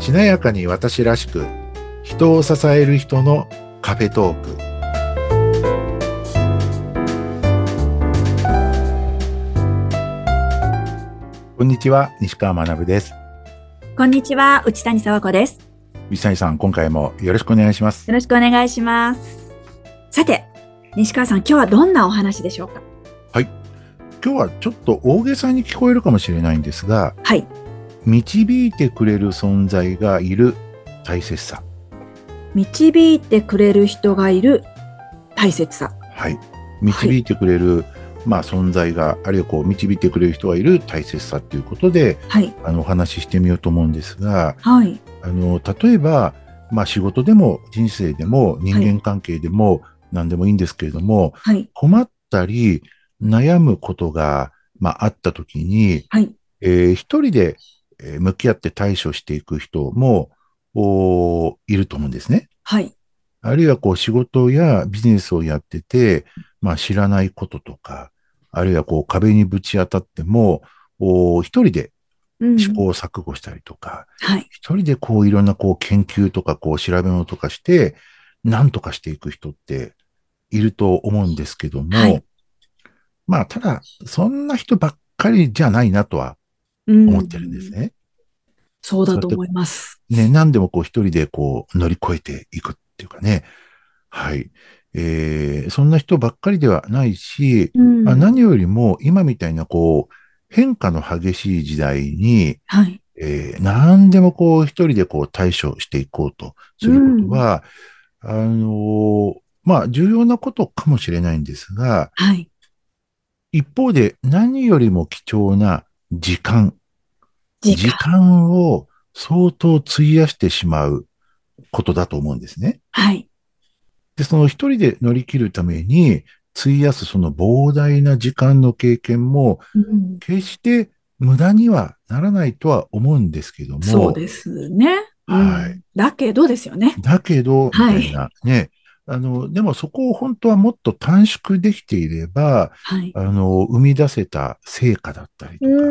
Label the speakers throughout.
Speaker 1: 華やかに私らしく人を支える人のカフェトークこんにちは西川学です
Speaker 2: こんにちは、内谷沢子です。
Speaker 1: 三谷さん今回もよろしくお願いします
Speaker 2: よろしくお願いします。さて、西川さん、今日はどんなお話でしょうか
Speaker 1: 今日はちょっと大げさに聞こえるかもしれないんですが
Speaker 2: はい。
Speaker 1: 導いてくれる存在がいる大切さ
Speaker 2: 導いてくれる人がいる大切さ。
Speaker 1: はい、導いてくれる、まあ、存在があるいはこう導いてくれる人がいる大切さということで
Speaker 2: はい。
Speaker 1: あのお話ししてみようと思うんですが
Speaker 2: はい。
Speaker 1: あの例えば、まあ、仕事でも人生でも人間関係でも何でもいいんですけれども、
Speaker 2: はい。
Speaker 1: 困ったり悩むことが、まあ、あった時に、
Speaker 2: はい。
Speaker 1: えー一人でえー向き合って対処していく人もおーいると思うんですね。
Speaker 2: はい。
Speaker 1: あるいはこう仕事やビジネスをやってて、まあ知らないこととか、あるいはこう壁にぶち当たっても、お一人で
Speaker 2: うん
Speaker 1: 試行錯誤したりとか、
Speaker 2: はい。
Speaker 1: 一人でこういろんなこう研究とかこう調べ物とかして、なんとかしていく人っていると思うんですけども、
Speaker 2: はい
Speaker 1: まあただ、そんな人ばっかりじゃないなとは
Speaker 2: うん
Speaker 1: 思ってるんです。ね。
Speaker 2: そうだと思います。
Speaker 1: ね、何でもこう一人でこう乗り越えていくっていうかね。はい。えー、そんな人ばっかりではないし、
Speaker 2: うん
Speaker 1: まあ、
Speaker 2: は
Speaker 1: 何よりも今みたいなこう変化の激しい時代に、
Speaker 2: い。
Speaker 1: えー、何でもこう一人でこう対処していこうとすることは、あのーまあ重要なことかもしれないんですが、
Speaker 2: はい。
Speaker 1: 一方で何よりも貴重な時間
Speaker 2: 時
Speaker 1: 時
Speaker 2: 間。
Speaker 1: 間を相当費やしてしまうことだと思うんですね。
Speaker 2: はい。
Speaker 1: で、その一人で乗り切るために費やすその膨大な時間の経験も
Speaker 2: うん
Speaker 1: 決して無駄にはならないとは思うんですけども、
Speaker 2: そうですね。うん
Speaker 1: はい
Speaker 2: だけどですよね。
Speaker 1: だけど、み
Speaker 2: は
Speaker 1: た
Speaker 2: い
Speaker 1: いなね、あの、でもそこを本当はもっと短縮できていれば、
Speaker 2: はい。
Speaker 1: あの、生み出せた成果だったりとか、
Speaker 2: う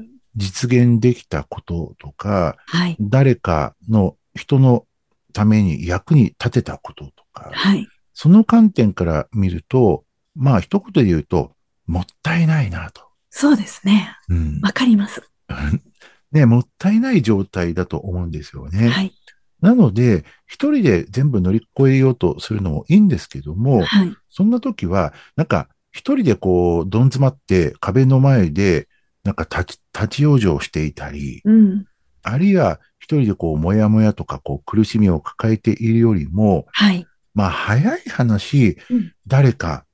Speaker 2: ん
Speaker 1: 実現できたこととか、
Speaker 2: はい。
Speaker 1: 誰かの人のために役に立てたこととか、
Speaker 2: はい。
Speaker 1: その観点から見ると、まあ一言で言うと、もったいないなと。
Speaker 2: そうですね。
Speaker 1: うん
Speaker 2: わかります。
Speaker 1: ね、もったいない状態だと思うんですよね。
Speaker 2: はい。
Speaker 1: なので、一人で全部乗り越えようとするのもいいんですけども、
Speaker 2: はい。
Speaker 1: そんな時は、なんか一人でこう、どん詰まって壁の前で、なんか立ち、立ち往生していたり、
Speaker 2: うん。
Speaker 1: あるいは一人でこう、もやもやとか、こう、苦しみを抱えているよりも、
Speaker 2: はい。
Speaker 1: まあ、早い話、
Speaker 2: うん
Speaker 1: 誰か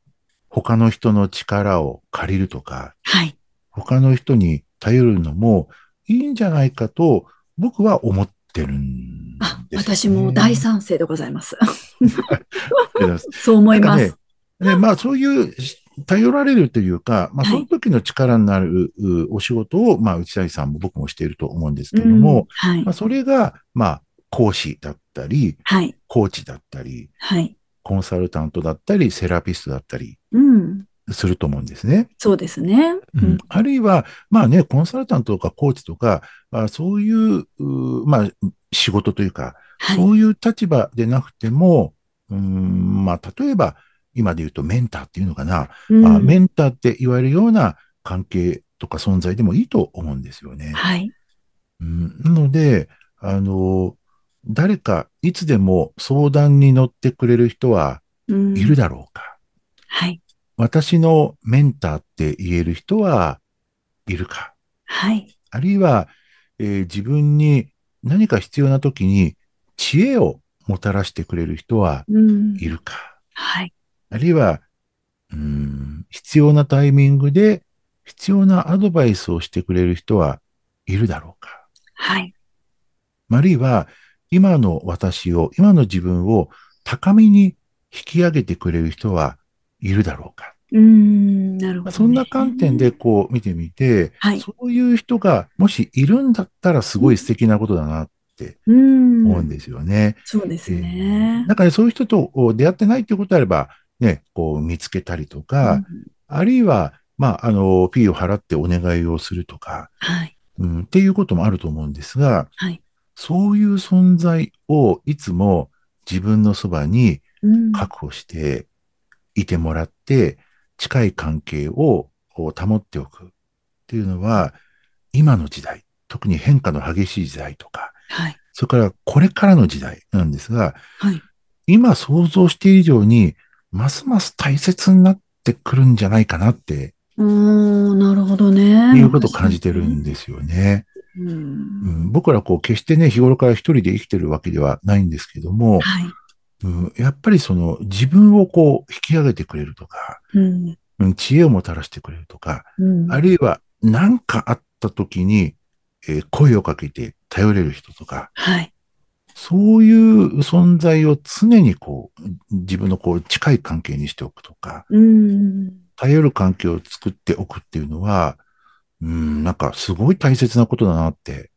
Speaker 1: 他の人の力を借りるとか、
Speaker 2: はい。
Speaker 1: 他の人に頼るのもいいんじゃないかと、僕は思ってるんです、
Speaker 2: あ、私も大
Speaker 1: 好
Speaker 2: 賛成でございます。
Speaker 1: きです。
Speaker 2: そう思い
Speaker 1: な
Speaker 2: ま
Speaker 1: ん
Speaker 2: す
Speaker 1: か。ね、まあ、そういう、し頼られるというか、まあ、
Speaker 2: はい
Speaker 1: その時の力になるうお仕事を、まあ、内谷さんも僕もしていると思うんですけ
Speaker 2: う
Speaker 1: れど
Speaker 2: ん
Speaker 1: も、
Speaker 2: はい
Speaker 1: まあ、。それが、まあ、講師だったり、
Speaker 2: はい。
Speaker 1: コーチだったり、
Speaker 2: はい。
Speaker 1: コンサルタントだったり、セラピストだったり
Speaker 2: うん。
Speaker 1: すると思うんですね。
Speaker 2: そうですね。うん。
Speaker 1: あるいは、まあね、コンサルタントとかコーチとか、あそういう、うまあ、仕事というか、
Speaker 2: はい。
Speaker 1: そういう立場でなくても、うん、まあ、例えば、今で言うとメンターっていうのかな、
Speaker 2: うん
Speaker 1: あメンターって言われるような関係とか存在でもいいと思うんですよね。
Speaker 2: はい。
Speaker 1: うん、なので、あの、誰かいつでも相談に乗ってくれる人は
Speaker 2: うん
Speaker 1: いるだろうか。
Speaker 2: はい。
Speaker 1: 私のメンターって言える人はいるか。
Speaker 2: はい。
Speaker 1: あるいは、えー自分に何か必要な時に知恵をもたらしてくれる人は
Speaker 2: うん
Speaker 1: い。るか。
Speaker 2: はい。
Speaker 1: あるいは、うーん、必要なタイミングで必要なアドバイスをしてくれる人はいるだろうか。
Speaker 2: はい。
Speaker 1: あるいは、今の私を、今の自分を高みに引き上げてくれる人はいるだろうか。
Speaker 2: うん。なるほど
Speaker 1: まあ
Speaker 2: ね。
Speaker 1: そんな観点でこう見てみて、
Speaker 2: はい
Speaker 1: そういう人がもしいるんだったらすごい素敵なことだな
Speaker 2: うん。
Speaker 1: 思うんですよね。
Speaker 2: そうです
Speaker 1: え
Speaker 2: ね
Speaker 1: ー。だからそういう人とお出会ってないっていうことであれば、ね、こう見つけたりと
Speaker 2: う
Speaker 1: か
Speaker 2: ん、
Speaker 1: あるいは、まあ、あの、P を払ってお願いをするとか、
Speaker 2: はい。
Speaker 1: うん、っていうこともあると思うんですが、
Speaker 2: はい
Speaker 1: そういう存在をいつも自分のそばに
Speaker 2: うん
Speaker 1: 確保していてもらって、近い関係をこう保っておくっていうのは、今の時代、特に変化の激しい時代とか、
Speaker 2: はい。
Speaker 1: それからこれからの時代なんですが、
Speaker 2: はい。
Speaker 1: 今想像している以上に、ますます大切になってくるんじゃないかなって
Speaker 2: うーん、なるほどね。
Speaker 1: いうことを感じてるんですよね。
Speaker 2: うん。
Speaker 1: うん、僕らこう決してね、日頃から一人で生きてるわけではないんですけども、
Speaker 2: はい。
Speaker 1: うん、やっぱりその自分をこう引き上げてくれるとか、
Speaker 2: うん。
Speaker 1: うん知恵をもたらしてくれるとか、
Speaker 2: うん
Speaker 1: あるいは何かあった時に、えー声をかけて頼れる人とか、
Speaker 2: はい。
Speaker 1: そういう存在を常にこう、自分のこう近い関係にしておくとか、
Speaker 2: うん。
Speaker 1: 頼る関係を作っておくっていうのは、うん、なんかすごい大切なことだなって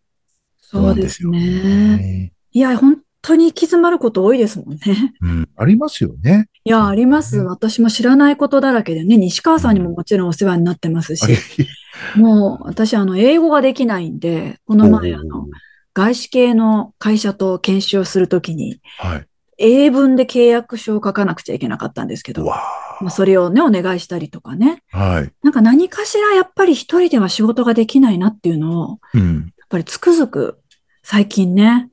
Speaker 2: そ
Speaker 1: 思う
Speaker 2: うん
Speaker 1: で
Speaker 2: ですす
Speaker 1: よ
Speaker 2: ね。いや、本当に行き詰まること多いですもんね。
Speaker 1: うん、ありますよね。
Speaker 2: いや、あります。
Speaker 1: うん
Speaker 2: 私も知らないことだらけでね、西川さんにももちろんお世話になってます
Speaker 1: あれ
Speaker 2: し、もう私、あの、英語ができないんで、この前、あの、外資系の会社と研修をするときに、
Speaker 1: はい。
Speaker 2: 英文で契約書を書かなくちゃいけなかったんですけど、
Speaker 1: わ
Speaker 2: まあ、それをね、お願いしたりとかね。
Speaker 1: あ。はい。
Speaker 2: なんか何かしらやっぱり一人では仕事ができないなっていうのを、や
Speaker 1: うん。
Speaker 2: っぱりつくづく最近ね、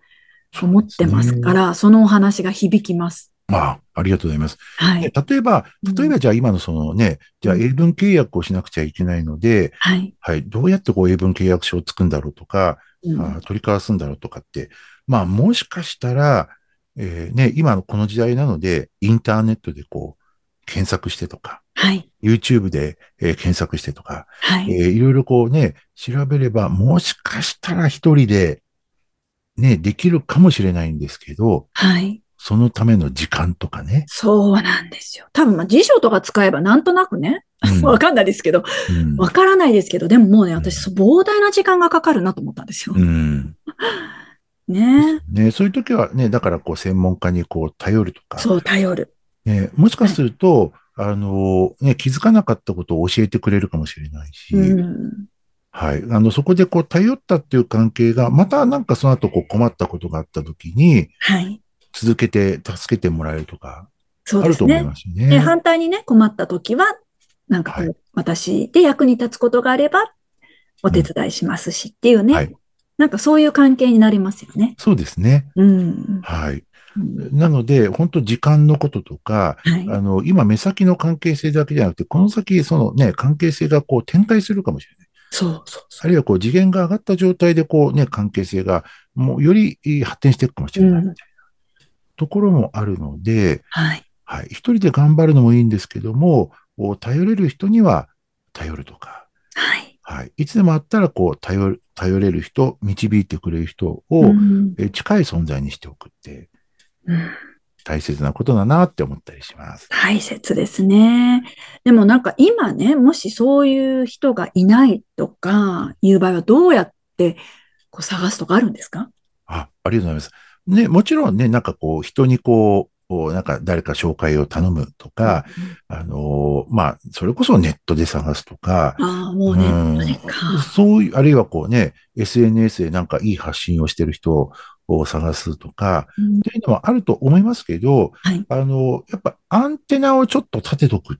Speaker 2: 思ってますから、そのお話が響きます。
Speaker 1: まあ、ありがとうございます。
Speaker 2: は
Speaker 1: ね
Speaker 2: い。
Speaker 1: 例えば、
Speaker 2: うん
Speaker 1: 例えばじゃあ今のそのね、じゃあ英文契約をしなくちゃいけないので、
Speaker 2: はい。
Speaker 1: はい、どうやってこう英文契約書を作るんだろうとか、
Speaker 2: うん
Speaker 1: あー取り交わすんだろうとかって、まあもしかしたら、えーね、今のこの時代なので、インターネットでこう、検索してとか、
Speaker 2: はい。
Speaker 1: YouTube で、えー検索してとか、
Speaker 2: は
Speaker 1: え
Speaker 2: い
Speaker 1: ー。いろいろこうね、調べれば、もしかしたら一人で、ね、できるかもしれないんですけど、
Speaker 2: はい。
Speaker 1: そのための時間とかね。
Speaker 2: そうなんですよ。多分、まあ、辞書とか使えばなんとなくね、
Speaker 1: うん
Speaker 2: わかんないですけど、
Speaker 1: うん
Speaker 2: わからないですけど、でももうね、
Speaker 1: うん
Speaker 2: 私、膨大な時間がかかるなと思ったんですよ
Speaker 1: う。ん。
Speaker 2: ね
Speaker 1: ね、そういう時はね、だからこう専門家にこう頼るとか、
Speaker 2: そう、頼る。
Speaker 1: ね、もしかすると、あの、ね、気づかなかったことを教えてくれるかもしれないし、
Speaker 2: うん。
Speaker 1: はい。あの、そこでこう頼ったっていう関係が、またなんかその後こう困ったことがあった時に、
Speaker 2: はい。
Speaker 1: 続けて助けてもらえるとか、
Speaker 2: そう
Speaker 1: あ
Speaker 2: で
Speaker 1: ると
Speaker 2: す
Speaker 1: 思い
Speaker 2: ね。
Speaker 1: ますよ
Speaker 2: で、
Speaker 1: ね。
Speaker 2: 反対にね、困った時は、なんかこう、
Speaker 1: は
Speaker 2: 私で役に立つことがあれば、お手伝いしますしっていうね、
Speaker 1: はい
Speaker 2: なんかそういう関係になりますよね。
Speaker 1: そうですね。
Speaker 2: うん。
Speaker 1: はい。
Speaker 2: うん
Speaker 1: なので、本当時間のこととか、
Speaker 2: はい。
Speaker 1: あの、今目先の関係性だけじゃなくて、この先、そのね、関係性がこう展開するかもしれない。
Speaker 2: そうそうそ
Speaker 1: あるいはこう次元が上がった状態でこうね、関係性がもうよりえー発展していくかもし
Speaker 2: う。
Speaker 1: れ
Speaker 2: う
Speaker 1: ない
Speaker 2: ん。
Speaker 1: ところもあるので、
Speaker 2: はい。
Speaker 1: はい、一人で頑張るのもいいんですけども、お頼れる人には頼るとか、
Speaker 2: はい。
Speaker 1: はい、いつでもあったらこう頼る、頼れる人、導いてくれる人を、
Speaker 2: うん
Speaker 1: えー近い存在にしておくって
Speaker 2: うん
Speaker 1: 大切なことだなって思ったりします。
Speaker 2: 大切ですね。でもなんか今ね、もしそういう人がいないとかいう場合はどうやってこう探すとかあるんですか
Speaker 1: あ、ありがとうございます。ね、もちろんね、なんかこう、人にこう、こうなんか誰か紹介を頼むとか、あのーまあ、それこそネットで探すとか、
Speaker 2: ああ、もうね、
Speaker 1: うん
Speaker 2: あれか。
Speaker 1: そういう、あるいはこうね、SNS でなんかいい発信をしてる人を探すとか、
Speaker 2: うん
Speaker 1: っていうのはあると思いますけど、
Speaker 2: はい
Speaker 1: あの、やっぱアンテナをちょっと立てとくっ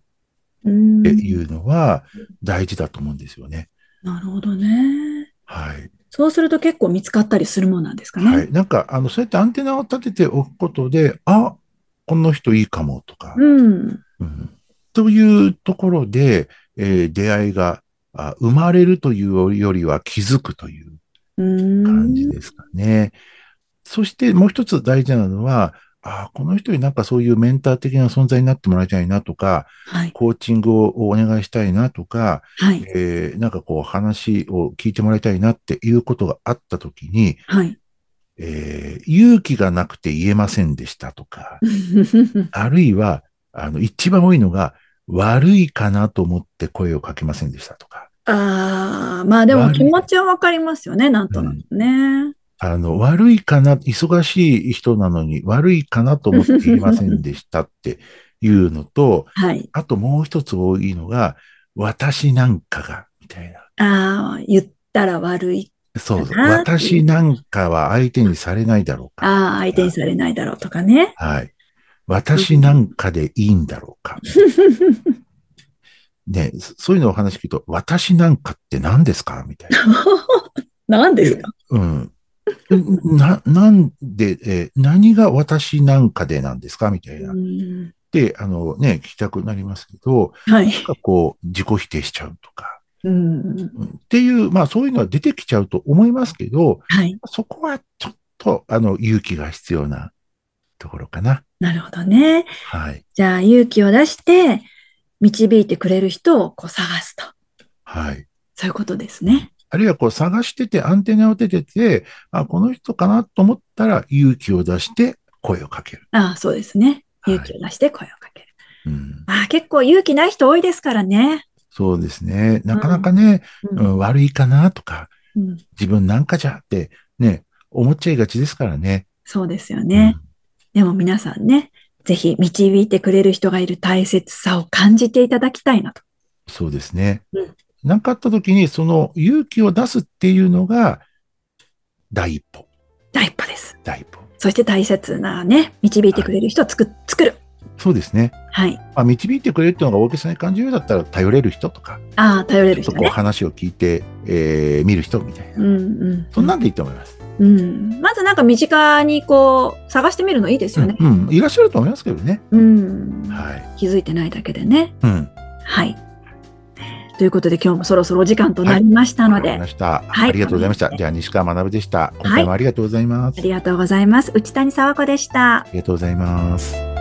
Speaker 2: うん
Speaker 1: ていうのは大事だと思うんですよね。
Speaker 2: なるほどね。
Speaker 1: はい。
Speaker 2: そうすると結構見つかったりするもんなんですかね。
Speaker 1: はい。なんか、あの、そうやってアンテナを立てておくことで、あ、この人いいかもとか、
Speaker 2: うん。
Speaker 1: うんというところで、えー出会いがあ生まれるというよりは気づくという
Speaker 2: うん。
Speaker 1: 感じですかね。そしてもう一つ大事なのは、あーこの人になんかそういうメンター的な存在になってもらいたいなとか、
Speaker 2: はい。
Speaker 1: コーチングをお願いしたいなとか、
Speaker 2: はい。
Speaker 1: えーなんかこう話を聞いてもらいたいなっていうことがあった時に、
Speaker 2: はい。
Speaker 1: えー勇気がなくて言えませんでしたと か、あるいは、あの、一番多いのが、悪いかなと思って声をかけませんでしたとか、
Speaker 2: ああ、まあでも
Speaker 1: 悪い
Speaker 2: 気持ちはわかりますよね、なんとなくね。
Speaker 1: あの、悪いかな、忙しい人なのに悪いかなと思って言いませんでしたっていうのと、
Speaker 2: はい。
Speaker 1: あともう一つ多いのが、私なんかが、みたいな。
Speaker 2: ああ、言ったら悪い
Speaker 1: そうそう。
Speaker 2: だなっていう
Speaker 1: 私なんかは相手にされないだろうか。
Speaker 2: ああ、相手にされないだろうと かね。
Speaker 1: はい。私なんかでいいんだろうか。ね、そそういうのをお話聞くと、私なんかって何ですかみたいな。
Speaker 2: 何ですか
Speaker 1: うん。 な、なんで、えー何が私なんかでなんですかみたいな。
Speaker 2: うん
Speaker 1: で、あのね、聞きたくなりますけど、
Speaker 2: はい。
Speaker 1: なんかこう、自己否定しちゃうとか、
Speaker 2: う
Speaker 1: う
Speaker 2: ん
Speaker 1: んっていう、まあそういうのは出てきちゃうと思いますけど、
Speaker 2: はい。
Speaker 1: そこはちょっと、あの、勇気が必要なところかな。
Speaker 2: なるほどね。
Speaker 1: はい。
Speaker 2: じゃあ、勇気を出して、導いてくれる人をこう探すと。
Speaker 1: はい。
Speaker 2: そういうことですね。
Speaker 1: あるいはこう探してて、アンテナを出てて、あ、この人かなと思ったら勇気を出して声をかける。
Speaker 2: ああ、そうですね。
Speaker 1: はい
Speaker 2: 勇気を出して声をかける。
Speaker 1: うん、
Speaker 2: ああ、結構勇気ない人多いですからね。
Speaker 1: そうですね。なかなかね、
Speaker 2: う
Speaker 1: うん
Speaker 2: ん
Speaker 1: 悪いかなとか、
Speaker 2: うん
Speaker 1: 自分なんかじゃってね、思っちゃいがちですからね。
Speaker 2: そうですよね。でも皆さんね、ぜひ導いてくれる人がいる大切さを感じていただきたいなと。
Speaker 1: うんそうですね
Speaker 2: うん。
Speaker 1: 何、かあった時に、その勇気を出すっていうのが、第一歩、
Speaker 2: 第一歩です。
Speaker 1: 第一歩。
Speaker 2: そして大切なね、導いてくれる人を作作る。
Speaker 1: そうですね。
Speaker 2: はい。
Speaker 1: まあ、導いてくれるっていうのが大げさに感じるようだったら、頼れる人とか、
Speaker 2: ああ、頼れる
Speaker 1: ちょ
Speaker 2: 人
Speaker 1: っとこう
Speaker 2: ね。
Speaker 1: 話を聞いて、えー見る人みたいな。
Speaker 2: うんうん。
Speaker 1: そんなんでいいと思います。
Speaker 2: うん。まずなんか身近にこう、探してみるのいいですよね。
Speaker 1: うん、うんいらっしゃると思いますけどね。
Speaker 2: うん。
Speaker 1: はい。
Speaker 2: 気づいてないだけでね。
Speaker 1: うん。
Speaker 2: はい。ということで今日もそろそろお時間となりましたの
Speaker 1: わか
Speaker 2: で、
Speaker 1: りました。
Speaker 2: はい
Speaker 1: ありがとうございました。じゃあ、西川学でした。今回もありがとうございます。
Speaker 2: ありがとうございます。内谷沢子でした。
Speaker 1: ありがとうございます。